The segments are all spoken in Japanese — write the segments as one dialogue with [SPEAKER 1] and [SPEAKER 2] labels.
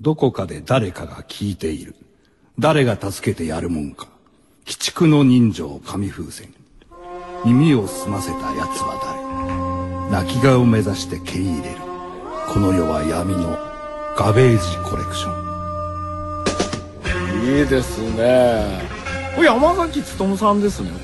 [SPEAKER 1] どこかで誰かが聞いている。誰が助けてやるもんか。鬼畜の人情紙風船。耳を澄ませた奴は誰。泣き顔を目指して蹴り入れる。この世は闇のガベージコレクション。
[SPEAKER 2] いいですねこれ山崎努さんですねこ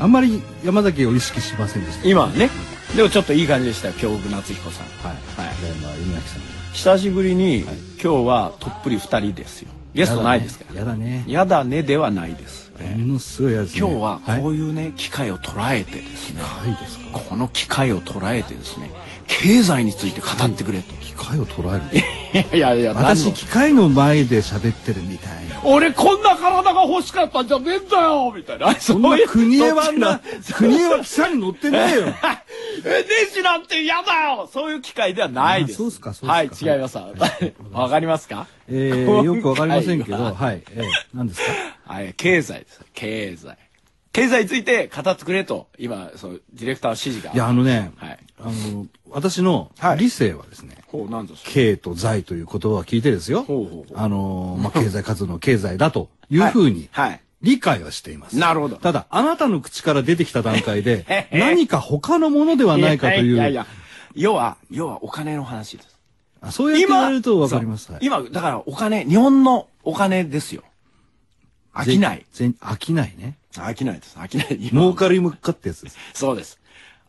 [SPEAKER 1] あんまり山崎を意識しませんでした。
[SPEAKER 2] れ今ねでもちょっといい感じでしたよ京極夏彦さん
[SPEAKER 1] はい。
[SPEAKER 2] はい
[SPEAKER 1] で、まあ、稲垣さん。
[SPEAKER 2] 久しぶりに、今日はとっぷり2人ですよゲストないですから
[SPEAKER 1] やだね。
[SPEAKER 2] やだねではないです、
[SPEAKER 1] ものすごいやつ、ね。
[SPEAKER 2] 今日はいこういうね、機会を捉えてですね
[SPEAKER 1] はいですか。
[SPEAKER 2] この機会を捉えてですね経済について語ってくれと、
[SPEAKER 1] 機械を捉える。
[SPEAKER 2] いやいや
[SPEAKER 1] 私、
[SPEAKER 2] 私
[SPEAKER 1] 機械の前で喋ってるみたいな。
[SPEAKER 2] 俺こんな体が欲しかったんじゃねえんだよみたいな
[SPEAKER 1] そ
[SPEAKER 2] そ
[SPEAKER 1] んな
[SPEAKER 2] ういう
[SPEAKER 1] 国枝はあん
[SPEAKER 2] そ
[SPEAKER 1] な
[SPEAKER 2] っ、
[SPEAKER 1] 国枝は汽車に乗ってねえよ。
[SPEAKER 2] ちのえ弟子なんて嫌だよそういう機会ではないです
[SPEAKER 1] あそうっすかそうっすか
[SPEAKER 2] はい違いますわ、わかりますか
[SPEAKER 1] え ー、よくわかりませんけ
[SPEAKER 2] 今回
[SPEAKER 1] ど、
[SPEAKER 2] は
[SPEAKER 1] はい。えー、何ですか
[SPEAKER 2] はい、経済です。経済。経済について語ってくれと、今、その、ディレクターの指示 が。
[SPEAKER 1] いや、あのね、
[SPEAKER 2] はい。
[SPEAKER 1] あの、私の理性はですね、
[SPEAKER 2] ほう、なんぞ。
[SPEAKER 1] 経と財という言葉を聞いてですよ
[SPEAKER 2] ほうほうほ。う
[SPEAKER 1] あのー、まあ、経済活動の経済だというふうに
[SPEAKER 2] はいはい
[SPEAKER 1] 理解はしています。
[SPEAKER 2] なるほど、
[SPEAKER 1] ただ、あなたの口から出てきた段階 で何か他のものではないかという、
[SPEAKER 2] ややや、要は、要はお金の話です。
[SPEAKER 1] あそうやって言われるとわかります。
[SPEAKER 2] そう
[SPEAKER 1] はい
[SPEAKER 2] 今、だからお金、日本のお金ですよ。飽きない。
[SPEAKER 1] 全全飽きないね。
[SPEAKER 2] 飽きないです。飽きない。今
[SPEAKER 1] 儲かり向かってやつです。
[SPEAKER 2] そうです。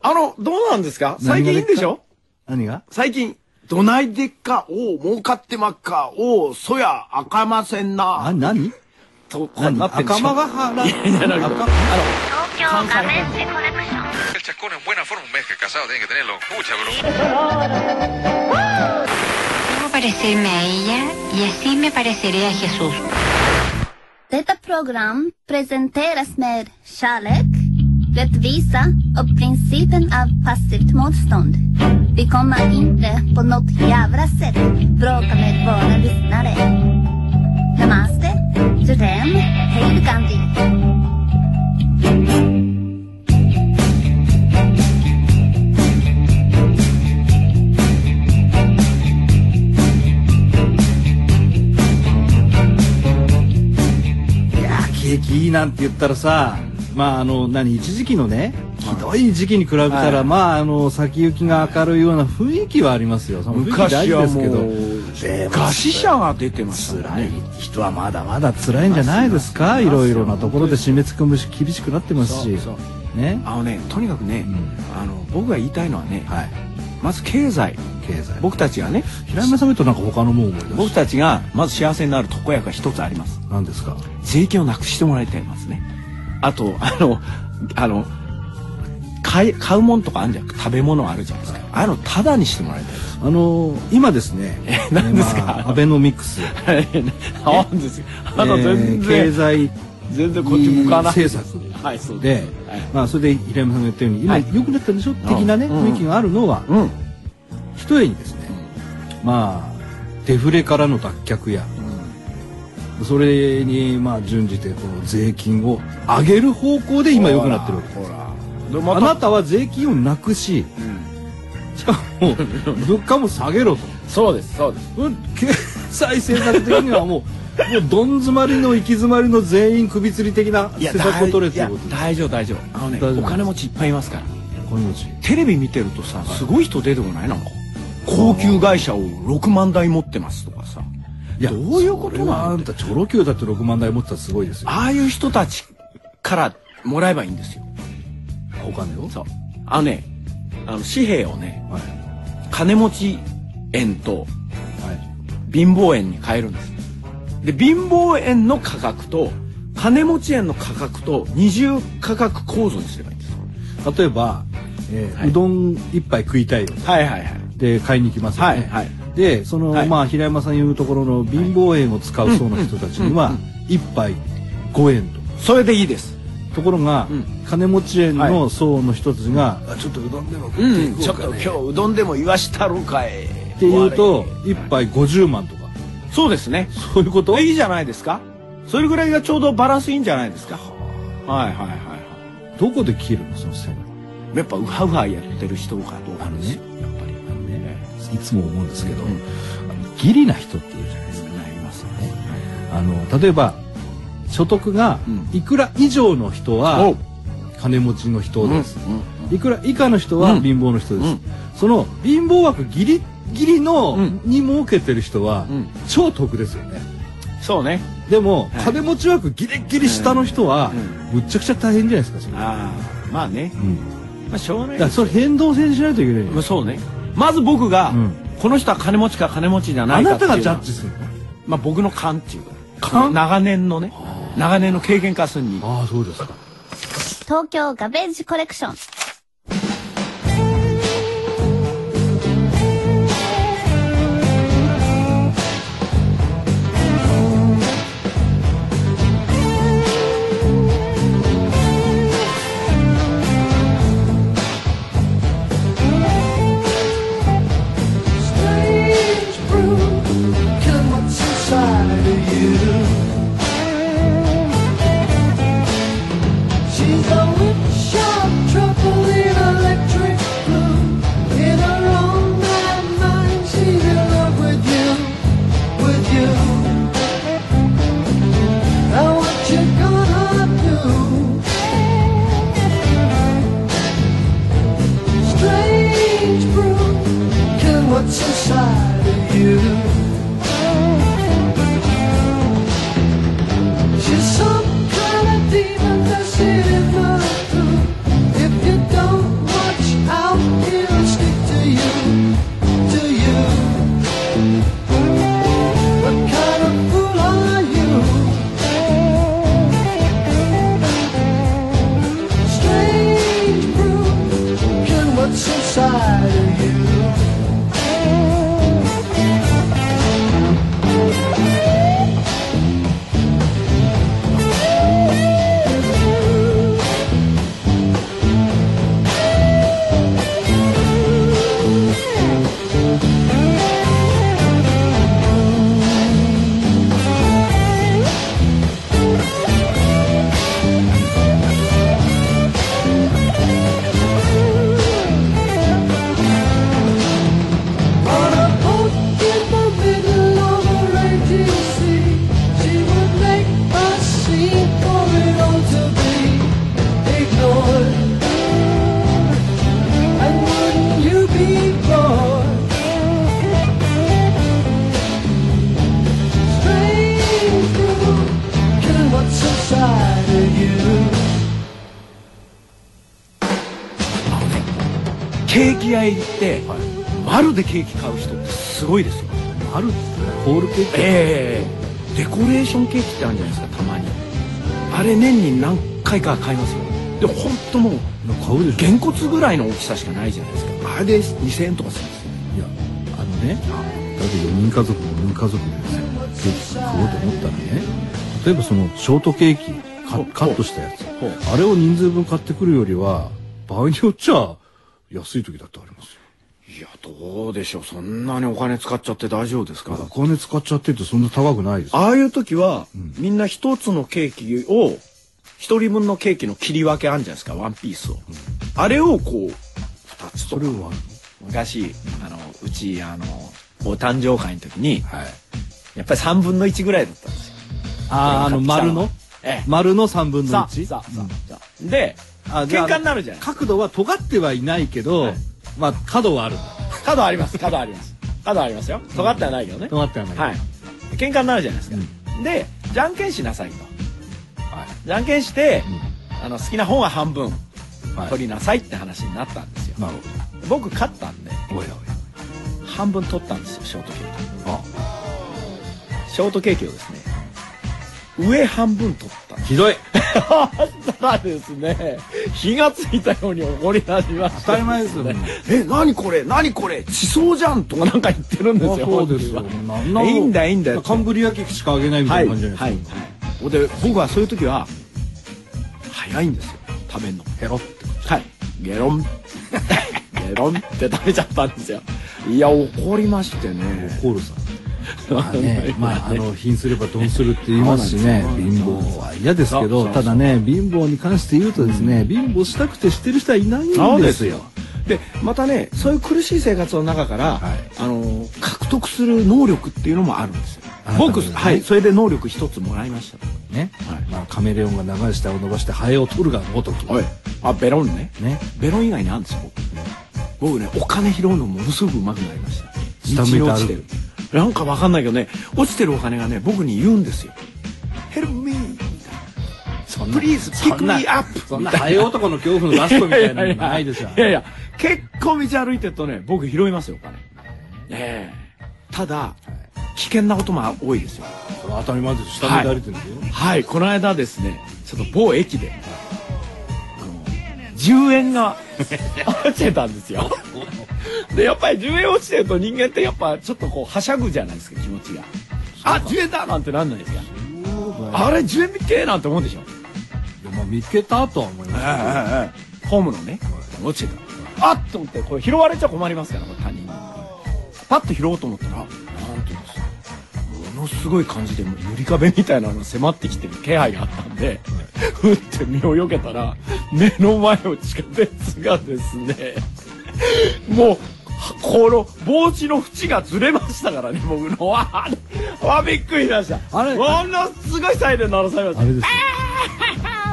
[SPEAKER 2] あの、どうなんですか最近いいんでしょ
[SPEAKER 1] 何が
[SPEAKER 2] 最近、どないでっか、おう、儲かってまっか、おう、そや、あかませんな、
[SPEAKER 1] あ、何
[SPEAKER 2] と、こう
[SPEAKER 1] 何
[SPEAKER 2] なってんで
[SPEAKER 1] 赤
[SPEAKER 2] しょ
[SPEAKER 1] 間が原。赤
[SPEAKER 3] 東京ガベージコレクション
[SPEAKER 4] El chacón en buena forma, un mes que casado tiene que tenerlo. Escucha, bro.
[SPEAKER 5] Debo parecerme a ella y así me pareceré a Jesús.
[SPEAKER 6] Detta program presenteras med kärlek, rättvisa och principen av passivt motstånd. Vi kommer inte på något jävla sätt bråka med våra lyssnare. Namaste, Jodem, hej Gandhi.
[SPEAKER 1] いやー景気いいなんて言ったらさまああの何一時期のねひどい時期に比べたら、
[SPEAKER 2] はい
[SPEAKER 1] まああの先行きが明るいような雰囲気はありますよその雰囲気大事ですけどでも
[SPEAKER 2] 餓死者が出てました
[SPEAKER 1] 辛い人はまだまだ辛いんじゃないですかいろいろなところで締め付けもし厳しくなってますし
[SPEAKER 2] そうそ
[SPEAKER 1] ね
[SPEAKER 2] あのねとにかくね、あの僕が言いたいのはね、
[SPEAKER 1] はい
[SPEAKER 2] まず経済
[SPEAKER 1] 経済
[SPEAKER 2] 僕たちがね
[SPEAKER 1] 平山さん見るとなんか他のもん思い出し
[SPEAKER 2] 僕たちがまず幸せになる床屋が一つあります
[SPEAKER 1] 何ですか
[SPEAKER 2] 税金をなくしてもらいたいますねあとあのあの買い買うもんとかあるじゃん食べ物あるじゃないですかああいうのタダにしてもらいたいです
[SPEAKER 1] あのー今ですね
[SPEAKER 2] え何ですか
[SPEAKER 1] まあアベノミ クス
[SPEAKER 2] あるんですよあの
[SPEAKER 1] えー
[SPEAKER 2] 全然、
[SPEAKER 1] 経済
[SPEAKER 2] 全然こっち向かない
[SPEAKER 1] 政策
[SPEAKER 2] はいそう
[SPEAKER 1] で、
[SPEAKER 2] はい
[SPEAKER 1] まあそれで平山さんが言ったように今
[SPEAKER 2] は
[SPEAKER 1] 良
[SPEAKER 2] い
[SPEAKER 1] くなったでしょ、的なね
[SPEAKER 2] うん
[SPEAKER 1] 雰囲気があるのは、
[SPEAKER 2] うん
[SPEAKER 1] ひとえにですね、まあデフレからの脱却や、それにまあ準じてこの税金を上げる方向で今良くなってるわけです
[SPEAKER 2] ほらで
[SPEAKER 1] あ
[SPEAKER 2] また
[SPEAKER 1] なたは税金をなくし、しかも 物価も下げろと
[SPEAKER 2] そうですそうです
[SPEAKER 1] うん経済政策的にはもうもうどん詰まりの行き詰まりの全員首吊り的な
[SPEAKER 2] いや
[SPEAKER 1] 政策を
[SPEAKER 2] 大
[SPEAKER 1] 取れ
[SPEAKER 2] い
[SPEAKER 1] とい
[SPEAKER 2] や
[SPEAKER 1] うことです
[SPEAKER 2] 大丈夫大丈夫あのね
[SPEAKER 1] 大丈夫
[SPEAKER 2] お金持ちいっぱいいますから
[SPEAKER 1] このうち
[SPEAKER 2] テレビ見てるとさすごい人出てこないなんか高級会社を6万台持ってますとかさ
[SPEAKER 1] いや
[SPEAKER 2] どういうこと
[SPEAKER 1] それは
[SPEAKER 2] な
[SPEAKER 1] あ
[SPEAKER 2] ん
[SPEAKER 1] んた
[SPEAKER 2] だ
[SPEAKER 1] チョロ Q だって6万台持ってたらすごいですよ
[SPEAKER 2] ああいう人たちからもらえばいいんですよ
[SPEAKER 1] お金を
[SPEAKER 2] そうあのねあの紙幣をね
[SPEAKER 1] はい
[SPEAKER 2] 金持ち円と
[SPEAKER 1] はい
[SPEAKER 2] 貧乏円に変えるんですで貧乏円の価格と金持ち円の価格と二重価格構造にすればいいんです
[SPEAKER 1] 例えば、えー
[SPEAKER 2] はいう
[SPEAKER 1] どん一杯食いたいよ
[SPEAKER 2] はいはいはい
[SPEAKER 1] で買いに行きますよね、
[SPEAKER 2] はいはい
[SPEAKER 1] でその、
[SPEAKER 2] はい
[SPEAKER 1] まあ平山さん言うところの貧乏円を使うそうな人たちには一杯5円と
[SPEAKER 2] それでいいです
[SPEAKER 1] ところが、
[SPEAKER 2] うん
[SPEAKER 1] 金持ち円
[SPEAKER 2] は
[SPEAKER 1] の層の人たちが、あちょっとうどんでも食ってい
[SPEAKER 2] うん、
[SPEAKER 1] こ
[SPEAKER 2] ちょ
[SPEAKER 1] う
[SPEAKER 2] っ
[SPEAKER 1] か
[SPEAKER 2] と
[SPEAKER 1] ね、
[SPEAKER 2] 今日うどんでも言わしたろかい。っ
[SPEAKER 1] っていうと一杯50万とか
[SPEAKER 2] そうですね。
[SPEAKER 1] そういうこと
[SPEAKER 2] いいじゃないですか。それぐらいがちょうどバランスいいんじゃないですか。はいはいはいは。
[SPEAKER 1] どこで切るのその線はい
[SPEAKER 2] やっぱウハウハやってる人がどうかですよ。やっぱり。
[SPEAKER 1] ねいつも思うんですけど、あのギリな人っていうじゃないですか。
[SPEAKER 2] なりますよね。
[SPEAKER 1] あの例えば所得が
[SPEAKER 2] うん
[SPEAKER 1] いくら以上の人
[SPEAKER 2] お
[SPEAKER 1] は
[SPEAKER 2] う
[SPEAKER 1] 金持ちの人です、
[SPEAKER 2] うんうん
[SPEAKER 1] いくら以下の人は
[SPEAKER 2] うん
[SPEAKER 1] 貧乏の人です、
[SPEAKER 2] うん
[SPEAKER 1] その貧乏枠ギリギリの、
[SPEAKER 2] うん
[SPEAKER 1] に儲けてる人は、
[SPEAKER 2] うん
[SPEAKER 1] 超得ですよね
[SPEAKER 2] そうね。
[SPEAKER 1] でも、
[SPEAKER 2] はい
[SPEAKER 1] 金持ち枠ギリギリ下の人は、むっちゃくちゃ大変じゃないですかそれ、
[SPEAKER 2] ああ、まあね。
[SPEAKER 1] うん
[SPEAKER 2] まあ、しょうがない
[SPEAKER 1] だからそれ変動制にしないといけないよ
[SPEAKER 2] まあ、そうね。まず僕が、
[SPEAKER 1] うん
[SPEAKER 2] この人は金持ちか金持ちじゃな
[SPEAKER 1] あ
[SPEAKER 2] いか
[SPEAKER 1] な
[SPEAKER 2] って
[SPEAKER 1] た
[SPEAKER 2] いうのは
[SPEAKER 1] がジャッジするの
[SPEAKER 2] まあ、僕の勘っていうか
[SPEAKER 1] 勘
[SPEAKER 2] 長年のね長年の経験化するに
[SPEAKER 1] ああそうですか
[SPEAKER 6] 東京ガベージコレクション。
[SPEAKER 7] Strange brew, kill what's inside of you. She's a witch of trouble in electric blue. In her own mad mind, she's in love with you, with you. Now what you gonna do? strange brew Killing what's inside of you She's some kind of demon that's hitting my through If you don't watch out, it'll stick to you To you What kind of fool are you? strange brew Can what's inside of you On a boat in the middle of a raging sea She would make a scene for it all to be ignored And wouldn't you be bored? Strange brew Killing what's inside of you
[SPEAKER 2] ケーキ屋へ行って、丸でケーキ買う人ってすごいですよ
[SPEAKER 1] あるホールケーキ
[SPEAKER 2] ええデコレーションケーキってあるんじゃないですかたまにあれ年に何回か買いますよでも本当もう
[SPEAKER 1] 買うでしょ
[SPEAKER 2] げんこつぐらいの大きさしかないじゃないですかあれで2000円とかするんですよ
[SPEAKER 1] いやあのねだって4人家族5人家族でですよケーキ食おうと思ったらね例えばそのショートケーキ
[SPEAKER 2] ほ
[SPEAKER 1] カカ
[SPEAKER 2] う
[SPEAKER 1] ットしたやつ
[SPEAKER 2] ほう
[SPEAKER 1] あれを人数分買ってくるよりは場合によっちゃ安い時だってありますよ
[SPEAKER 2] いやどうでしょうそんなにお金使っちゃって大丈夫ですか
[SPEAKER 1] お金使っちゃっててそんな高くないです
[SPEAKER 2] ああいう時は、みんな一つのケーキを一人分のケーキの切り分けあるじゃないですかワンピースを、あれをこう二つと
[SPEAKER 1] そ
[SPEAKER 2] か
[SPEAKER 1] れは
[SPEAKER 2] 昔あのうちあのお誕生会の時に
[SPEAKER 1] はい
[SPEAKER 2] やっぱり3分の1ぐらいだったんですよ
[SPEAKER 1] あ
[SPEAKER 2] あの丸のええ
[SPEAKER 1] 丸の3分
[SPEAKER 2] さあさあさあさあで喧嘩になるじゃない
[SPEAKER 1] 角度は尖ってはいないけど、まあ角はある
[SPEAKER 2] 角あります角あります角ありますよ尖ってはないよね
[SPEAKER 1] 尖ってはない
[SPEAKER 2] はい喧嘩になるじゃないですか、でじゃんけんしなさいとじゃんけんして、あの好きな本は半分
[SPEAKER 1] はい
[SPEAKER 2] 取りなさいって話になったんですよ、
[SPEAKER 1] なるほ
[SPEAKER 2] 僕勝ったんで
[SPEAKER 1] どおいおい
[SPEAKER 2] 半分取ったんですよショートケー
[SPEAKER 1] あ
[SPEAKER 2] キショートケーキをですね上半分取ったん です
[SPEAKER 1] ひどい
[SPEAKER 2] ただですね火がついたように怒り出しました
[SPEAKER 1] 当たり前ですよ
[SPEAKER 2] ねえ何これ何これ地層じゃんとかなんか言ってるんですよ
[SPEAKER 1] そうですよ。
[SPEAKER 2] 本人は
[SPEAKER 1] なんない
[SPEAKER 2] いんだいいんだよ
[SPEAKER 1] カンブリア紀しかあげないみた
[SPEAKER 2] はいい
[SPEAKER 1] な
[SPEAKER 2] は
[SPEAKER 1] 感
[SPEAKER 2] い
[SPEAKER 1] じじゃな
[SPEAKER 2] はいい
[SPEAKER 1] ですか。
[SPEAKER 2] で僕はそういう時は早いんですよ食べんの
[SPEAKER 1] ペロって。
[SPEAKER 2] はいゲロン ゲロンって食べちゃったんですよいや怒りましてね
[SPEAKER 1] コールさん。まあね、まあ、あの、貧すれば鈍するって言いますしね、貧乏は嫌ですけ
[SPEAKER 2] そうそ
[SPEAKER 1] ど、
[SPEAKER 2] う
[SPEAKER 1] ただね、貧乏に関して言うとですね、貧乏したくてしてる人はいないんですよ。
[SPEAKER 2] でまたねそういう苦しい生活の中から、
[SPEAKER 1] はい
[SPEAKER 2] あの格闘得する能力っていうのもあるんですよ
[SPEAKER 1] あなたの
[SPEAKER 2] 僕、
[SPEAKER 1] ですね
[SPEAKER 2] はいそれで能力一つもらいました
[SPEAKER 1] ね、
[SPEAKER 2] はい
[SPEAKER 1] まあ、カメレオンが長い舌を伸ばしてハエを取るがごとく
[SPEAKER 2] はいあベロンね
[SPEAKER 1] ね
[SPEAKER 2] ベロン以外にあるんですよ僕僕ねお金拾うのものすごくうまくなりまし
[SPEAKER 1] 下
[SPEAKER 2] た
[SPEAKER 1] 向いて歩く
[SPEAKER 2] 道に落ちてるなんかわかんないけどね落ちてるお金がね僕に言うんですよ「Help me」
[SPEAKER 1] そんな
[SPEAKER 2] Please
[SPEAKER 1] そ
[SPEAKER 2] pick
[SPEAKER 1] んな
[SPEAKER 2] me up
[SPEAKER 1] そんなハエ男の恐怖のラストみたいなのもないですよ
[SPEAKER 2] いやいや、結構道歩いてるとね、僕拾いますよ、お金。ええただ、危険なことも多いですよ。
[SPEAKER 1] それは当たり前です下向いて歩いてるんですよ、
[SPEAKER 2] はい、この間ですね、ちょっと某駅で、あの、10円が落ちてたんですよ。 で、やっぱり10円落ちてると人間ってやっぱちょっとこう、はしゃぐじゃないですか、気持ちが。あ、10円だなんてなんないですか。あれ、10円見っけーなんて思うでしょ。
[SPEAKER 1] でまあ、見つけたとは思いますけど
[SPEAKER 2] ホームのね、落ちてた。あっと思って、これ拾われちゃ困りますから、これ他人に。パッと拾おうと思ったら、なんていうんですか、ものすごい感じで、もうゆりかべみたいなのが迫ってきてる気配があったんで、ふって身をよけたら、目の前を地下鉄がですね、もう、はこの帽子の縁がずれましたからね、僕の。わあ、わあびっくりしました。
[SPEAKER 1] あれ
[SPEAKER 2] ものすごいサイレン鳴らされました
[SPEAKER 1] あ。れですよ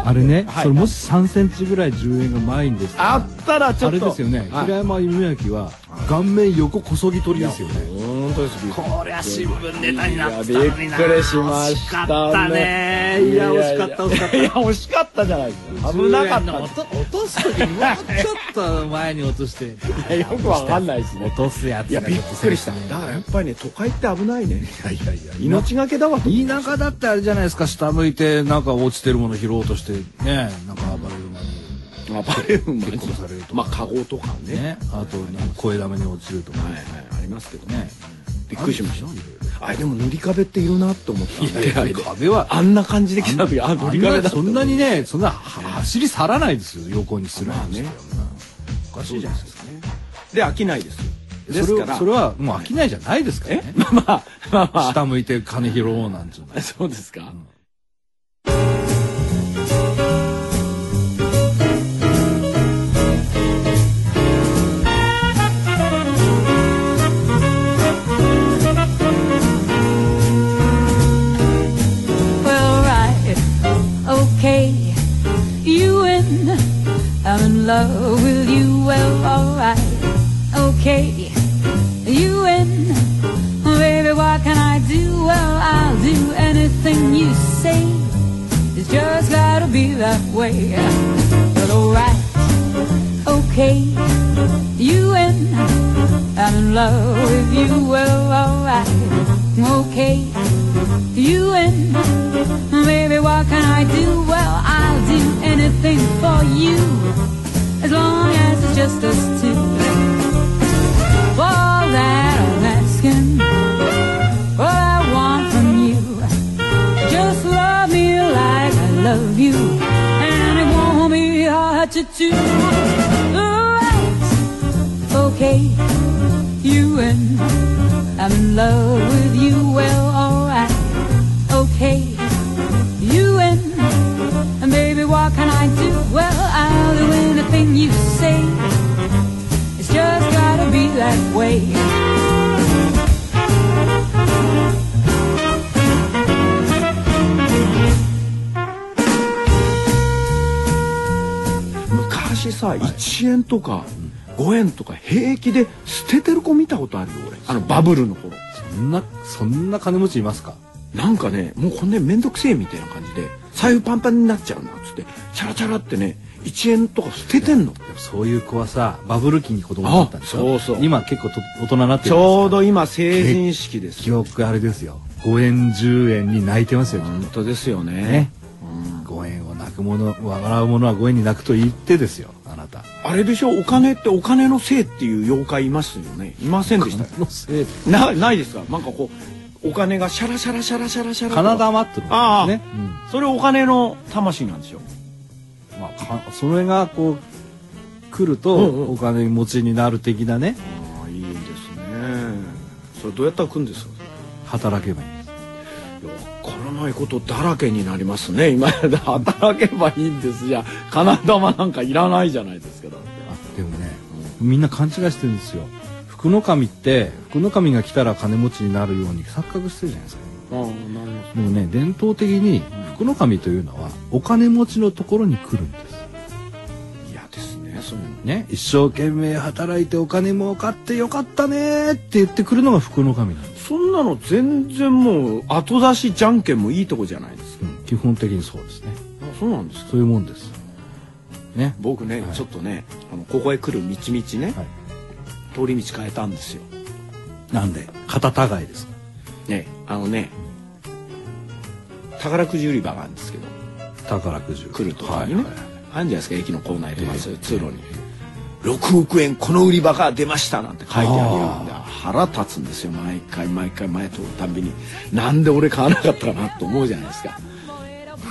[SPEAKER 1] あれね、
[SPEAKER 2] はい
[SPEAKER 1] それもし3センチぐらい10円が前にです
[SPEAKER 2] あったらちょ
[SPEAKER 1] あ
[SPEAKER 2] っ
[SPEAKER 1] れ
[SPEAKER 2] と。
[SPEAKER 1] ですよね、
[SPEAKER 2] はい
[SPEAKER 1] 平山弓明は顔面横こそぎ取りですよね
[SPEAKER 2] 本当ですこりゃ新聞ネタになってたのになびっくりしましたね惜しかったねいや惜しかった惜しかったいや惜しかったじゃないですか危なかった
[SPEAKER 1] と落とす時にもうちょっと前に落として
[SPEAKER 2] いやよくわかんないですね
[SPEAKER 1] とすやつ
[SPEAKER 2] いやびっくりしただからやっぱりね都会って危ないね
[SPEAKER 1] いやいやいや
[SPEAKER 2] 命がけだわと
[SPEAKER 1] 田舎だってあれじゃないですか下向いてなんか落ちてるもの拾おうとしてねなんか暴れる馬に
[SPEAKER 2] まあバレるんで
[SPEAKER 1] 結構されると
[SPEAKER 2] まあカゴとかね
[SPEAKER 1] ねあとなんか声だめに落ちるとか
[SPEAKER 2] はいはいありますけどね
[SPEAKER 1] ね
[SPEAKER 2] びっくりしましたあでも塗り壁っているなって思った
[SPEAKER 1] いやいや壁は
[SPEAKER 2] あんな感じで来た時あ塗り壁だ
[SPEAKER 1] そんなにねそんな走り去らないですよ横にすらいですよ
[SPEAKER 2] おかしいじゃないですかねで飽きないですよで
[SPEAKER 1] そ
[SPEAKER 2] す
[SPEAKER 1] れ
[SPEAKER 2] か
[SPEAKER 1] を
[SPEAKER 2] ら
[SPEAKER 1] それはもう飽きないじゃないですから
[SPEAKER 2] え
[SPEAKER 1] ね
[SPEAKER 2] まあまあまあまあ
[SPEAKER 1] 下向いて金拾おうなんていうの
[SPEAKER 2] そうですか、
[SPEAKER 7] Well, right, okay, you win. I'm in love with you. Well, alright, okay, you win. Baby, what can I do? Well, I'll do anything you say. It's just gotta be that way. Well, alright, okay, you win. I'm in love with you. Well, alright, okay, you win. Baby, what can I do? Well, I'll do anything for you as long as it's just us two. For all that I'm asking, what I want from you, just love me like I love you, and it won't be hard to do. Alright, okay, you and I'm in love with you. Well, alright, okay you and and baby what can I do well I'll do anything you say it's just gotta be that way
[SPEAKER 2] 昔さ、1円とか5円とか平気で捨ててる子見たことあるよ俺あのバブルの頃
[SPEAKER 1] そんなそんな金持ちいますか
[SPEAKER 2] なんかねもうこんなめんどくせえみたいな感じで財布パンパンになっちゃうなっつってチャラチャラってね1円とか捨ててんの
[SPEAKER 1] でもそういう子はさバブル期に子供だったんでしょ
[SPEAKER 2] あそうそう
[SPEAKER 1] 今結構と大人になって
[SPEAKER 2] ち
[SPEAKER 1] るんです
[SPEAKER 2] ょうど今成人式です
[SPEAKER 1] 記憶あれですよ5円10円に泣いてますよ、
[SPEAKER 2] 本当ですよね
[SPEAKER 1] ね5円を泣くもの笑うものは5円に泣くと言ってですよあなた
[SPEAKER 2] あれでしょお金ってお金のせいっていう妖怪いますよねいませんでした
[SPEAKER 1] のせいで
[SPEAKER 2] なないですかなんかこうお金がシャラシャラシャラシャラシャラと
[SPEAKER 1] 金玉っての
[SPEAKER 2] あ
[SPEAKER 1] が
[SPEAKER 2] あ、
[SPEAKER 1] あるん
[SPEAKER 2] ね
[SPEAKER 1] ですね、うん
[SPEAKER 2] それお金の魂なんですよ
[SPEAKER 1] まあ、かそれがこう来ると、
[SPEAKER 2] うんうん
[SPEAKER 1] お金持ちになる的なね
[SPEAKER 2] ああいいですねそれどうやったら来るんですか
[SPEAKER 1] 働けばいいんです
[SPEAKER 2] いやわからないことだらけになりますね今やで働けばいいんですじゃあ金玉なんかいらないじゃないですかだって
[SPEAKER 1] あでもねみんな勘違いしてるんですよ福の神って福の神が来たら金持ちになるように錯覚してるじゃないですか
[SPEAKER 2] なる
[SPEAKER 1] でもね伝統的に福の神というのはお金持ちのところに来るんです
[SPEAKER 2] いやですねそういうの
[SPEAKER 1] ね一生懸命働いてお金儲かってよかったねーって言ってくるのが福の神なんです、
[SPEAKER 2] そんなの全然もう後出しじゃんけんもいいとこじゃないですか
[SPEAKER 1] うん基本的にそうですね
[SPEAKER 2] あそうなんですか
[SPEAKER 1] そういうもんですね
[SPEAKER 2] 僕ね、ちょっとねあのここへ来る道々ね、
[SPEAKER 1] はい
[SPEAKER 2] 通り道変えたんですよ
[SPEAKER 1] なんで肩たがいです
[SPEAKER 2] ねあのね宝くじ売り場があるんですけど
[SPEAKER 1] 宝くじ
[SPEAKER 2] 来ると
[SPEAKER 1] は
[SPEAKER 2] か
[SPEAKER 1] い
[SPEAKER 2] に
[SPEAKER 1] は
[SPEAKER 2] ね、
[SPEAKER 1] い
[SPEAKER 2] あるじゃないですか駅の構内とかそういう通路に、6億円この売り場が出ましたなんて書いてあるようで腹立つんですよ毎回毎回前通るたんびになんで俺買わなかったかなと思うじゃないですか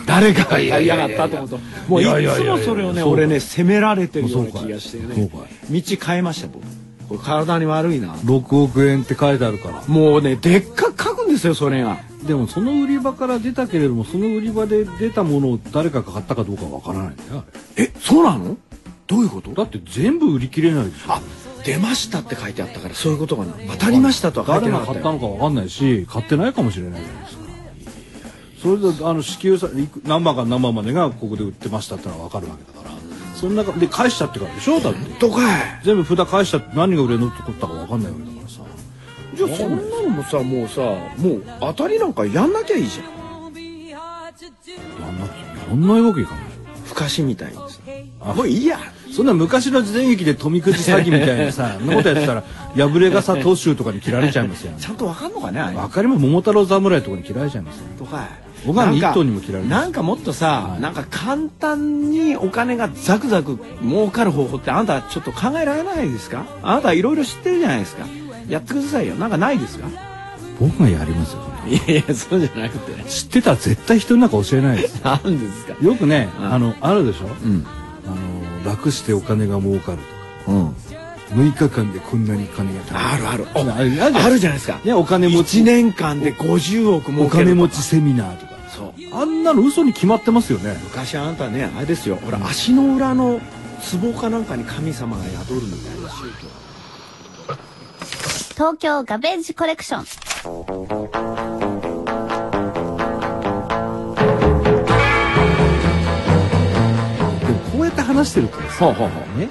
[SPEAKER 2] 誰かがやりやがったと思うともうい
[SPEAKER 1] いやいやいや
[SPEAKER 2] つもそれを
[SPEAKER 1] いやいやいや
[SPEAKER 2] ね
[SPEAKER 1] そうか
[SPEAKER 2] 俺ね責められてるような
[SPEAKER 1] そうか
[SPEAKER 2] 気
[SPEAKER 1] い
[SPEAKER 2] がしてね
[SPEAKER 1] そうか
[SPEAKER 2] 道変えました僕これ体に悪いな
[SPEAKER 1] 6億円って書いてあるから
[SPEAKER 2] もうねでっかく書くんですよそれが
[SPEAKER 1] でもその売り場から出たけれどもその売り場で出たものを誰かが買ったかどうかわからないんだよあれ
[SPEAKER 2] えそうなのどういうこと
[SPEAKER 1] だって全部売り切れないでしょ
[SPEAKER 2] あ出ましたって書いてあったからそういうことかな当たりましたとは書いて
[SPEAKER 1] 誰
[SPEAKER 2] な
[SPEAKER 1] が
[SPEAKER 2] かった
[SPEAKER 1] 買っ
[SPEAKER 2] よ
[SPEAKER 1] たのかわかんないし買ってないかもしれないじゃないですかそれであの支給さいく何番から何番までがここで売ってましたってのはわかるわけだからその中で返しちゃってからでしょだって
[SPEAKER 2] とかい
[SPEAKER 1] 全部札返したって何が売れ残ったかわかんないわけだからさ
[SPEAKER 2] じゃあそんなのもさもうさもう当たりなんかやんなきゃいいじゃん
[SPEAKER 8] Won't be hard to do.
[SPEAKER 1] やんなやんないわけいかないでしょ
[SPEAKER 2] ふかしみたいにさ
[SPEAKER 1] あ
[SPEAKER 2] もういいや
[SPEAKER 1] そんな昔の時代劇で富くじ詐欺みたいなさそんなことやってたら 破れ傘投手とかに切られちゃいますよ、ね
[SPEAKER 2] ち、ゃんとわかんのかねあれ
[SPEAKER 1] わかります桃太郎侍とかに切られちゃいますよ
[SPEAKER 2] とかい
[SPEAKER 1] 僕は
[SPEAKER 2] なんか
[SPEAKER 1] ミットにも切られる
[SPEAKER 2] なんかもっとさ、
[SPEAKER 1] はい
[SPEAKER 2] なんか簡単にお金がザクザク儲かる方法ってあなたちょっと考えられないですかあなたいろいろ知ってるじゃないですかやってくださいよなんかないですか
[SPEAKER 1] 僕がやりますよそ
[SPEAKER 2] いやいやそうじゃなくて
[SPEAKER 1] れ知ってたら絶対人になんか教えないです
[SPEAKER 2] なんですか
[SPEAKER 1] よくね、
[SPEAKER 2] うん
[SPEAKER 1] あのあるでしょ、
[SPEAKER 2] うん
[SPEAKER 1] あの楽してお金が儲かるとか
[SPEAKER 2] うん
[SPEAKER 1] 6日間でこんなに金が
[SPEAKER 2] あるあるお
[SPEAKER 1] あるじゃない
[SPEAKER 2] あるじゃないですか
[SPEAKER 1] ねお金持ち
[SPEAKER 2] 1年間で50億儲
[SPEAKER 1] お
[SPEAKER 2] け
[SPEAKER 1] 金
[SPEAKER 2] る
[SPEAKER 1] 持ちセミナーとか
[SPEAKER 2] そう
[SPEAKER 1] あんなの嘘に決まってますよね
[SPEAKER 2] 昔あなたねあれですよほら足の裏の壺かなんかに神様が宿るみたいな宗教
[SPEAKER 6] 東京ガベージコレクション。
[SPEAKER 1] でもこうやって話してるとさ
[SPEAKER 2] ほうほうほう
[SPEAKER 1] ね、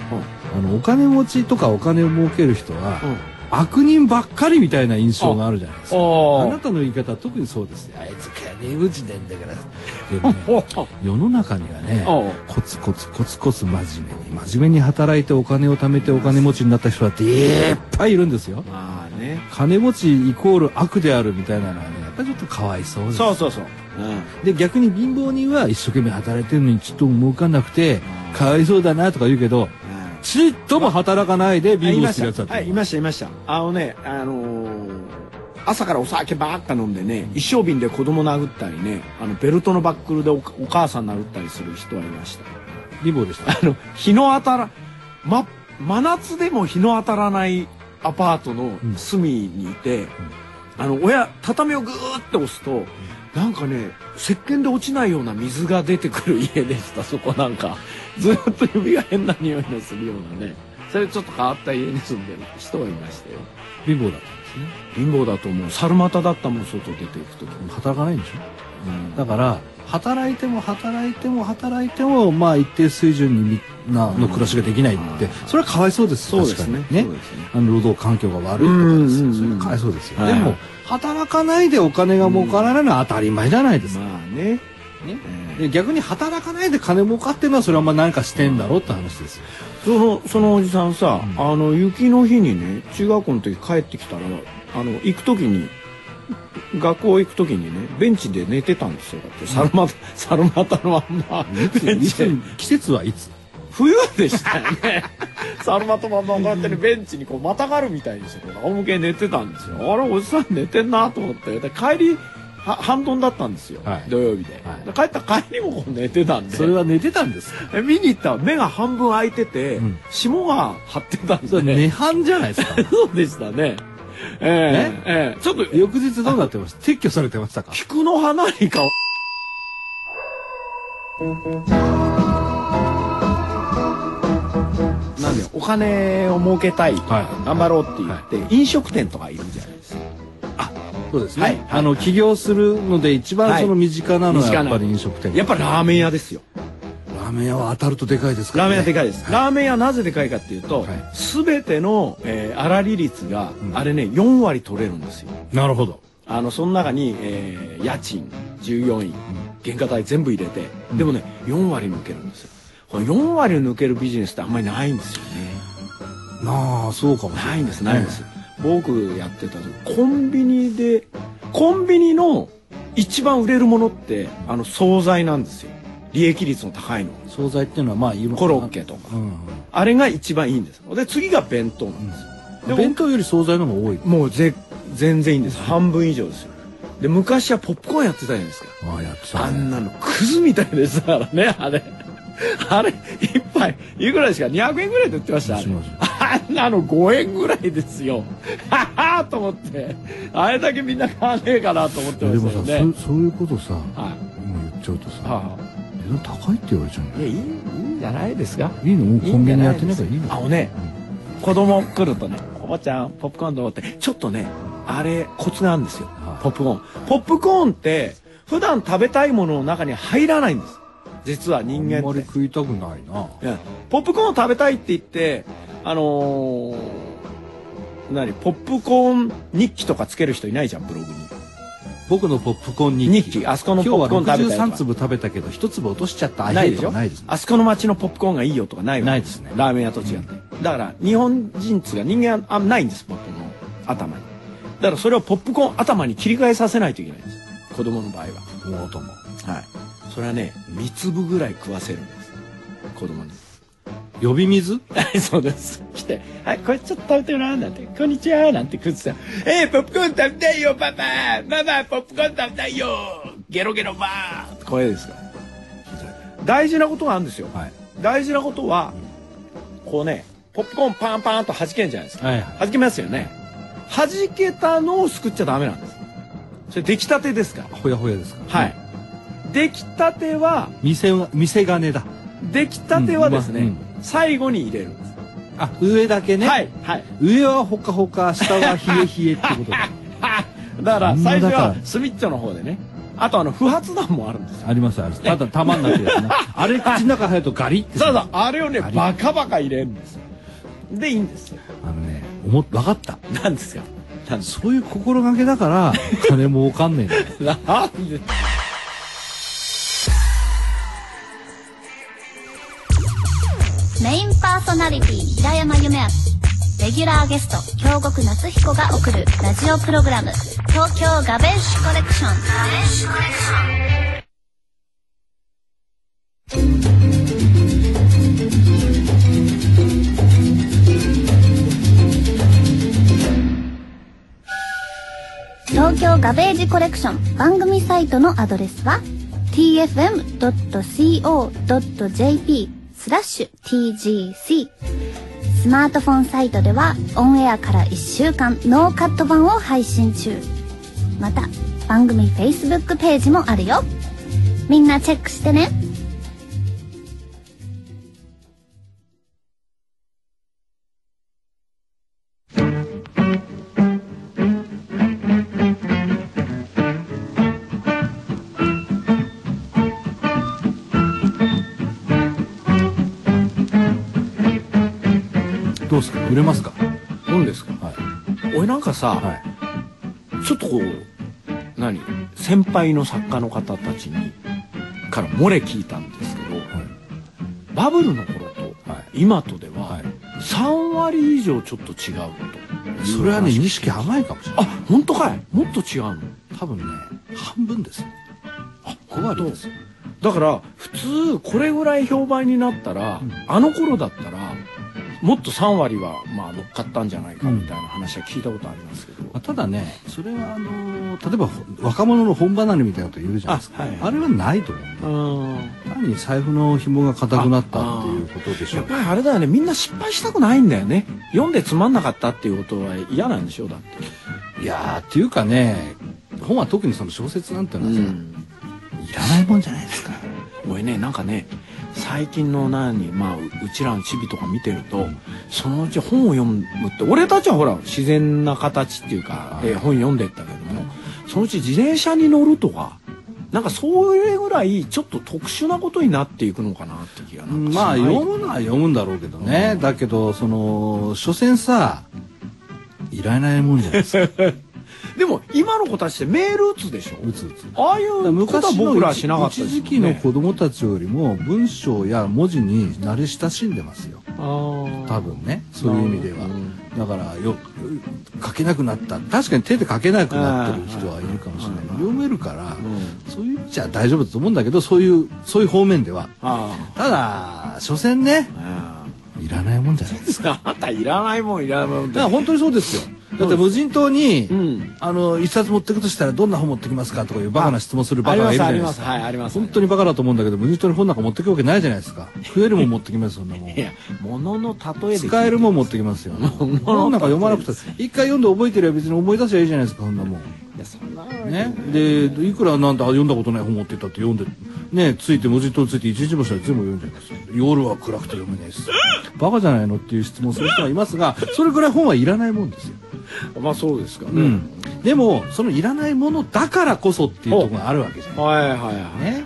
[SPEAKER 1] あのお金持ちとかお金を儲ける人は、
[SPEAKER 2] うん
[SPEAKER 1] 悪人ばっかりみたいな印象があるじゃないですか
[SPEAKER 2] あ
[SPEAKER 1] あ
[SPEAKER 2] あ
[SPEAKER 1] なたの言い方は特にそうですねあいつ金持ちなんだからでもね世の中にはね
[SPEAKER 2] おう
[SPEAKER 1] コツコツコツコツ真面目に真面目に働いてお金を貯めてお金持ちになった人だっていっぱいいるんですよ
[SPEAKER 2] まあね
[SPEAKER 1] 金持ちイコール悪であるみたいなのはねやっぱりちょっとかわいそうです
[SPEAKER 2] そうそうそう、
[SPEAKER 1] で逆に貧乏人は一生懸命働いてるのにちっとも儲かんなくてかわいそうだなとか言うけどちっとも働かないで
[SPEAKER 2] あ
[SPEAKER 1] 貧
[SPEAKER 2] い
[SPEAKER 1] 乏
[SPEAKER 2] ま
[SPEAKER 1] してるや
[SPEAKER 2] し
[SPEAKER 1] つだ
[SPEAKER 2] た
[SPEAKER 1] って
[SPEAKER 2] はいいましたいましたあのねあのー朝からお酒ばっか飲んでね一升瓶で子供殴ったりねあのベルトのバックルでおお母さん殴ったりする人はいました
[SPEAKER 1] 貧乏でした
[SPEAKER 2] あの日の当たら、ま、真夏でも日の当たらないアパートの隅にいて、あの親畳をグーって押すと、なんかね石鹸で落ちないような水が出てくる家で したそこなんかずっと指が変な匂いのするようなねそれちょっと変わった家に住んでる人がいましたよ
[SPEAKER 1] 貧乏だったんですね
[SPEAKER 2] 貧乏だと思う猿股だったもん外出ていく時に、
[SPEAKER 1] 働かないんでしょだから働いても働いても働いてもまあ一定水準にみんなの暮らしができないって、
[SPEAKER 2] うん
[SPEAKER 1] それはかわいそうです
[SPEAKER 2] そうですね
[SPEAKER 1] 確かに
[SPEAKER 2] そうですね
[SPEAKER 1] あの労働環境が悪いとかです
[SPEAKER 2] うんうんうん
[SPEAKER 1] それはかわいそうですよ、
[SPEAKER 2] はい
[SPEAKER 1] でも働かないでお金が儲からないのは当たり前じゃないですか、
[SPEAKER 2] まあね
[SPEAKER 1] ね
[SPEAKER 2] えー
[SPEAKER 1] で逆に働かないで金儲かってるのはそれはまあ何かしてんだろうって話ですよ、
[SPEAKER 2] そのそのおじさんさ、あの雪の日にね中学校の時帰ってきたらあの行く時に学校行く時にねベンチで寝てたんですよだって猿股猿股のまんまベン
[SPEAKER 1] い
[SPEAKER 2] チで
[SPEAKER 1] つ季節はい つ
[SPEAKER 2] 冬でしたよね 猿股まんまこうやってねベンチにこうまたがるみたいにしてこう仰向けに寝てたんですよあれおじさん寝てんなと思ってで帰りは半ドンだったんですよ、
[SPEAKER 1] はい
[SPEAKER 2] 土曜日で,、
[SPEAKER 1] はい
[SPEAKER 2] で帰った帰りもこう寝てたんで
[SPEAKER 1] それは寝てたん ですか
[SPEAKER 2] え見に行ったら目が半分開いてて、
[SPEAKER 1] うん
[SPEAKER 2] 霜が張ってたん
[SPEAKER 1] そ
[SPEAKER 2] で
[SPEAKER 1] れ寝半じゃないですか
[SPEAKER 2] そうでしたね。ええ
[SPEAKER 1] ね
[SPEAKER 2] ええちょっと、
[SPEAKER 1] 翌日どうなってました撤去されてましたか
[SPEAKER 2] 菊の花にか、
[SPEAKER 1] そ
[SPEAKER 2] なんだよお金を儲けたい、
[SPEAKER 1] はい
[SPEAKER 2] 頑張ろうって言って、飲食店とかいるじゃないですか
[SPEAKER 1] そうですね、
[SPEAKER 2] はい
[SPEAKER 1] あの起業するので一番
[SPEAKER 2] はい
[SPEAKER 1] その身近なの
[SPEAKER 2] 身
[SPEAKER 1] は
[SPEAKER 2] 近
[SPEAKER 1] やっ
[SPEAKER 2] な
[SPEAKER 1] ぱり飲食店
[SPEAKER 2] やっぱラーメン屋ですよ
[SPEAKER 1] ラーメン屋は当たるとでかいですか
[SPEAKER 2] ラー
[SPEAKER 1] ら、
[SPEAKER 2] メ
[SPEAKER 1] ね、
[SPEAKER 2] ン屋でかい
[SPEAKER 1] い
[SPEAKER 2] です、ラーメン屋なぜでかいかっていうと、
[SPEAKER 1] はい
[SPEAKER 2] 全ての、えー粗利率が、あれね4割取れるんですよ
[SPEAKER 1] なるほど
[SPEAKER 2] あのその中に、えー家賃従業員原価代全部入れてでもね4割抜けるんですよこの4割抜けるビジネスってあんまりないんですよね
[SPEAKER 1] なあそうかもしれ
[SPEAKER 2] な
[SPEAKER 1] ない
[SPEAKER 2] いんですないんです、僕やってた時コンビニでコンビニの一番売れるものってあの惣菜なんですよ利益率の高いの
[SPEAKER 1] 惣菜っていうのはまあいろんな
[SPEAKER 2] コロッケとか
[SPEAKER 1] うん
[SPEAKER 2] あれが一番いいんですで次が弁当なんですよ、
[SPEAKER 1] うん、
[SPEAKER 2] で
[SPEAKER 1] 弁当より惣菜の方が多い
[SPEAKER 2] もうぜ全然いいんです半分以上ですよで昔はポップコーンやってたじゃないですか
[SPEAKER 1] ああやって
[SPEAKER 2] あ
[SPEAKER 1] たね
[SPEAKER 2] んなのクズみたいですからねあれ あれ一杯いくらですか200円ぐらいで売ってましたあれ
[SPEAKER 1] します
[SPEAKER 2] あんなの5円ぐらいですよははーと思ってあれだけみんな買わねえかなと思って
[SPEAKER 1] で
[SPEAKER 2] ま
[SPEAKER 1] も
[SPEAKER 2] し
[SPEAKER 1] さ
[SPEAKER 2] たよね
[SPEAKER 1] そうそういうことさ、
[SPEAKER 2] は
[SPEAKER 1] もう言っちゃうとさ、
[SPEAKER 2] いは
[SPEAKER 1] 値段高いって言われちゃうんだ
[SPEAKER 2] いいや
[SPEAKER 1] よ
[SPEAKER 2] いいいいんじゃないですか
[SPEAKER 1] いいのもうコンビニやってなきゃいい
[SPEAKER 2] んじ
[SPEAKER 1] の
[SPEAKER 2] ゃなですかあのね子供来るとね「おばちゃんポップコーンどう?」ってちょっとねあれコツなんですよ
[SPEAKER 1] はい
[SPEAKER 2] ポップコーンポップコーンって普段食べたいものの中に入らないんです実は人間
[SPEAKER 1] あん
[SPEAKER 2] っ
[SPEAKER 1] まり
[SPEAKER 2] て
[SPEAKER 1] 食いたくないな
[SPEAKER 2] うんポップコーンを食べたいって言ってあのー何ポップコーン日記とかつける人いないじゃんブログに
[SPEAKER 1] 僕のポップコーン日記
[SPEAKER 2] 日記あそこのポップコーン
[SPEAKER 1] 今
[SPEAKER 2] 食べ
[SPEAKER 1] 日
[SPEAKER 2] た
[SPEAKER 1] は
[SPEAKER 2] よ
[SPEAKER 1] 63粒食べたけど1粒落としちゃった
[SPEAKER 2] ないでしょ
[SPEAKER 1] ないですね
[SPEAKER 2] あそこの町のポップコーンがいいよとかないわけ
[SPEAKER 1] ないですね
[SPEAKER 2] ラーメン屋と違って、だから日本人っつうか人間はあないんですポップコーン頭にだからそれをポップコーン頭に切り替えさせないといけないんです子供の場合は
[SPEAKER 1] もうとも
[SPEAKER 2] はいそれはね3粒ぐらい食わせるんです子供に
[SPEAKER 1] 呼び水
[SPEAKER 2] はい、そうです。来て、はい、これちょっと食べてごらん、なんて、こんにちは、なんて食ってたらえー、ポップコーン食べたいよ、パパママ、ポップコーン食べたいよゲロゲロばー声ですから。大事なことがあるんですよ。
[SPEAKER 1] はい
[SPEAKER 2] 大事なことは、こうね、ポップコーンパンパンと弾けるじゃないですか。
[SPEAKER 1] はいはい
[SPEAKER 2] 弾けますよね。弾けたのをすくっちゃダメなんです。それ出来たてですから。
[SPEAKER 1] ほやほやですから
[SPEAKER 2] はい。出来たては、
[SPEAKER 1] 店は店金だ
[SPEAKER 2] 出来たてはですね、
[SPEAKER 1] うん
[SPEAKER 2] 最後に入れるんです。
[SPEAKER 1] あ上だけね、
[SPEAKER 2] はい、はい。
[SPEAKER 1] 上はほかほか下は冷え冷えってことだ
[SPEAKER 2] だから
[SPEAKER 1] そんな
[SPEAKER 2] 最初
[SPEAKER 1] だ
[SPEAKER 2] は
[SPEAKER 1] から
[SPEAKER 2] スミッチョの方でねあとあの不発弾もあるんですよ
[SPEAKER 1] ありますありますただたまんなく ですねあれ口の中入るとガリって
[SPEAKER 2] そうそうあれをね
[SPEAKER 1] あり
[SPEAKER 2] バカバカ入れるんですよでいいんですよ
[SPEAKER 1] あのね思っ分かった
[SPEAKER 2] なんですかなんです
[SPEAKER 1] そういう心がけだ から金儲かんねえんだよ
[SPEAKER 2] なんで
[SPEAKER 6] メインパーソナリティ平山夢明レギュラーゲスト京極夏彦が送るラジオプログラム「東京ガベッシュコレクション」東京ガベージコレクション番組サイトのアドレスは tfm.co.jp スラッシュ tgc スマートフォンサイトではオンエアから1週間ノーカット版を配信中また番組 Facebook ページもあるよみんなチェックしてね
[SPEAKER 1] どうですか売れますか
[SPEAKER 2] 何ですか
[SPEAKER 1] はい
[SPEAKER 2] 俺なんかさ、
[SPEAKER 1] はい
[SPEAKER 2] ちょっとこう何先輩の作家の方たちにから漏れ聞いたんですけど、バブルの頃と
[SPEAKER 1] はい
[SPEAKER 2] 今とで
[SPEAKER 1] は
[SPEAKER 2] はい3割以上ちょっと違うと
[SPEAKER 1] それはね
[SPEAKER 2] いう話
[SPEAKER 1] 認識甘いかもしれない
[SPEAKER 2] あ本当かいもっと違うの
[SPEAKER 1] 多分ね半分ですあ5割ですよ
[SPEAKER 2] だから普通これぐらい評判になったら、あの頃だったらもっと3割はまあ乗っかったんじゃないかみたいな話は聞いたことありますけど、
[SPEAKER 1] まあただねそれはあのー例えばほ若者の本離れみたいなこと言うじゃないですかあ,、
[SPEAKER 2] あはい
[SPEAKER 1] れはないと思う
[SPEAKER 2] うん
[SPEAKER 1] 単に財布の紐が固くなったっていうことでしょ
[SPEAKER 2] や
[SPEAKER 1] う
[SPEAKER 2] っぱりあれだよねみんな失敗したくないんだよね読んでつまんなかったっていうことは嫌なんでしょうだって、
[SPEAKER 1] いやーっていうかね本は特にその小説なんてのはさ、いらないもんじゃないですか
[SPEAKER 2] 俺ねなんかね最近の何、まあ、ううちらのチビとか見てるとそのうち本を読むって俺たちはほら自然な形っていうか、えー本読んでったけどもそのうち自転車に乗るとかなんかそういうぐらいちょっと特殊なことになっていくのかなって気がなんかし
[SPEAKER 1] まあ
[SPEAKER 2] ない
[SPEAKER 1] 読むのは読むんだろうけどね、だけどその所詮さいらないもんじゃないで すか
[SPEAKER 2] でも今の子たちってメール打つでしょ
[SPEAKER 1] うつうつ
[SPEAKER 2] ああいうことは
[SPEAKER 1] 昔の
[SPEAKER 2] 僕らはしなかった
[SPEAKER 1] 一
[SPEAKER 2] です
[SPEAKER 1] 時期
[SPEAKER 2] よ
[SPEAKER 1] の
[SPEAKER 2] ね
[SPEAKER 1] 子供たちよりも文章や文字に慣れ親しんでますよ多分ねそういう意味では、だからよ書けなくなった確かに手で書けなくなってる人はいるかもしれない読めるから、そういう意味じゃ大丈夫だと思うんだけどそういうそういう方面では
[SPEAKER 2] あ
[SPEAKER 1] ただ所詮ね
[SPEAKER 2] あ
[SPEAKER 1] いらないもんじゃないですか
[SPEAKER 2] あなたいらないもんいらないもん
[SPEAKER 1] だから本当にそうですよだって無人島に、
[SPEAKER 2] ん
[SPEAKER 1] あの一冊持ってくとしたらどんな本持ってきますかとかいうバカな質問するバカがいるじゃないですか
[SPEAKER 2] あありますありますはいあります
[SPEAKER 1] 本当にバカだと思うんだけど無人島に本なんか持ってくわけないじゃないですか食えるもん持ってきますよそんなもん
[SPEAKER 2] いや物の例えで
[SPEAKER 1] 使え るもん持ってきますよ本なんか読まなくて一回読んで覚えてりゃ別に思い出せばいいじゃないですかそんなもん
[SPEAKER 2] いやそんな
[SPEAKER 1] ねでいくらなんてあ読んだことない本持ってったって読んでねついて無人島について一日もしたら全部読んじゃいますよ夜は暗くて読めないですバカじゃないのっていう質問する人はいますがそれぐらい本はいらないもんですよ
[SPEAKER 2] まあそうですかね、
[SPEAKER 1] うん、でもそのいらないものだからこそっていうところがあるわけじゃない
[SPEAKER 2] はいはいはい
[SPEAKER 1] ね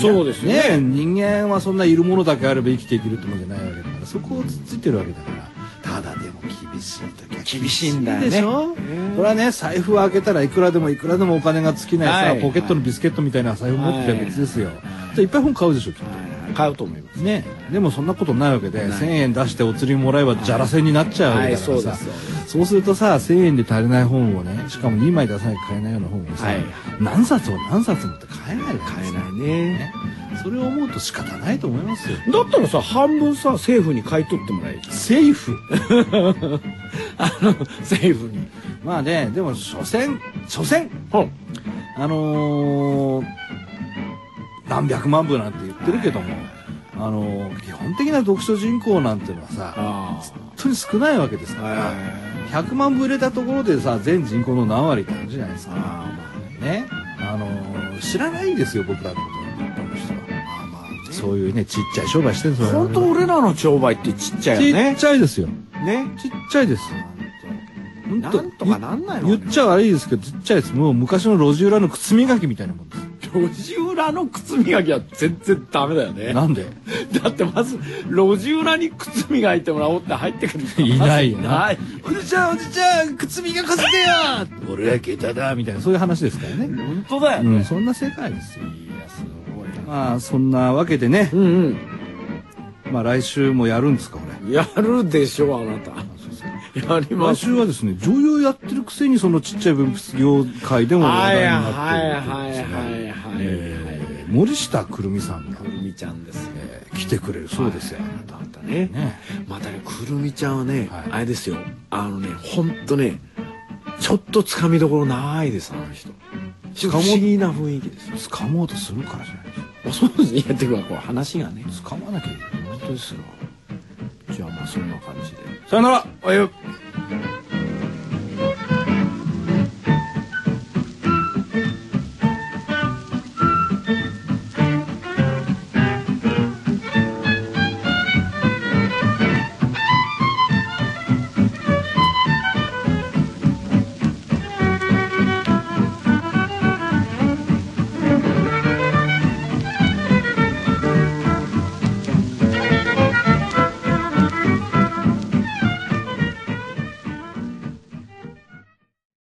[SPEAKER 2] そうですよ
[SPEAKER 1] ね
[SPEAKER 2] ね
[SPEAKER 1] 人間はそんないるものだけあれば生きていけるってもんじゃないわけだからそこをつっついてるわけだからただでも厳しい時は
[SPEAKER 2] 厳しいんだよね
[SPEAKER 1] でしょこれはね財布を開けたらいくらでもいくらでもお金が尽きないさ、
[SPEAKER 2] はい
[SPEAKER 1] ポケットのビスケットみたいな財布持ってたら別ですよ、じゃあいっぱい本買うでしょきっと
[SPEAKER 2] 買うと思います
[SPEAKER 1] ね、でもそんなことないわけで1,000円出してお釣りもらえばじゃらせになっちゃうわけだからさ、
[SPEAKER 2] はいそうです
[SPEAKER 1] そうするとさ1,000円で足りない本をねしかも2枚出さなきゃ買えないような本をさ、
[SPEAKER 2] はい
[SPEAKER 1] 何冊も何冊もって買えないから
[SPEAKER 2] 買え
[SPEAKER 1] さ
[SPEAKER 2] ないね
[SPEAKER 1] ねそれを思うと仕方ないと思いますよ
[SPEAKER 2] だったらさ半分さ政府に買い取ってもらえる
[SPEAKER 1] セーフ
[SPEAKER 2] あの政府に
[SPEAKER 1] まあねでも所詮所詮
[SPEAKER 2] 本
[SPEAKER 1] あのー何百万部なんて言ってるけども、あのー基本的な読書人口なんていうのはさ
[SPEAKER 2] あ
[SPEAKER 1] 本当に少ないわけですから、100万部売れたところでさ全人口の何割ってあるじゃないですかねあのー知らないんですよ僕らのこと一般の人はそういうねちっちゃい商売してるんですよ
[SPEAKER 2] 本当俺らの商売ってちっちゃいよ
[SPEAKER 1] ちっ
[SPEAKER 2] ね
[SPEAKER 1] ちゃいですよ
[SPEAKER 2] ね
[SPEAKER 1] ちっちゃいです本当
[SPEAKER 2] なんとかなんないの
[SPEAKER 1] 言っちゃ悪いですけどちっちゃいですもう昔の路地裏の靴磨きみたいなもんです
[SPEAKER 2] 路地裏の靴磨きは全然ダメだよね
[SPEAKER 1] なんで
[SPEAKER 2] だってまず路地裏に靴磨いてもらおうって入ってくる人
[SPEAKER 1] いないよ
[SPEAKER 2] まず
[SPEAKER 1] な
[SPEAKER 2] ない
[SPEAKER 1] おじちゃんおじちゃん靴磨かせてよ俺は下駄だみたいなそういう話ですからね
[SPEAKER 2] 本当だよ
[SPEAKER 1] う
[SPEAKER 2] ね、
[SPEAKER 1] んそんな世界ですよ
[SPEAKER 2] いやすごい
[SPEAKER 1] まあそんなわけでね
[SPEAKER 2] うんうん
[SPEAKER 1] まあ来週もやるんですかこれ
[SPEAKER 2] やるでしょうあなたやりま
[SPEAKER 1] 来
[SPEAKER 2] す
[SPEAKER 1] 週はですね女優やってるくせにそのちっちゃい分泌業界でも話
[SPEAKER 2] はい
[SPEAKER 1] 題に
[SPEAKER 2] はい
[SPEAKER 1] なって
[SPEAKER 2] はい
[SPEAKER 1] ると
[SPEAKER 2] は
[SPEAKER 1] いうことですね
[SPEAKER 2] いはい、
[SPEAKER 1] えー森下くるみさんが
[SPEAKER 2] くるみちゃんですね
[SPEAKER 1] えー来てくれるそうですよ
[SPEAKER 2] あなたあなたね
[SPEAKER 1] ね
[SPEAKER 2] またねくるみちゃんはね、
[SPEAKER 1] はい
[SPEAKER 2] あれですよあのねほんとねちょっとつかみどころないですあの人
[SPEAKER 1] し
[SPEAKER 2] 不
[SPEAKER 1] かも
[SPEAKER 2] 思議な雰囲 気ですよ
[SPEAKER 1] 掴もうとするからじゃないですか
[SPEAKER 2] あそうですねいやっていうかこう話がね
[SPEAKER 1] 掴まなきゃいけない
[SPEAKER 2] 本当ですよじゃあまあそんな感じで
[SPEAKER 1] さよなら
[SPEAKER 2] あいや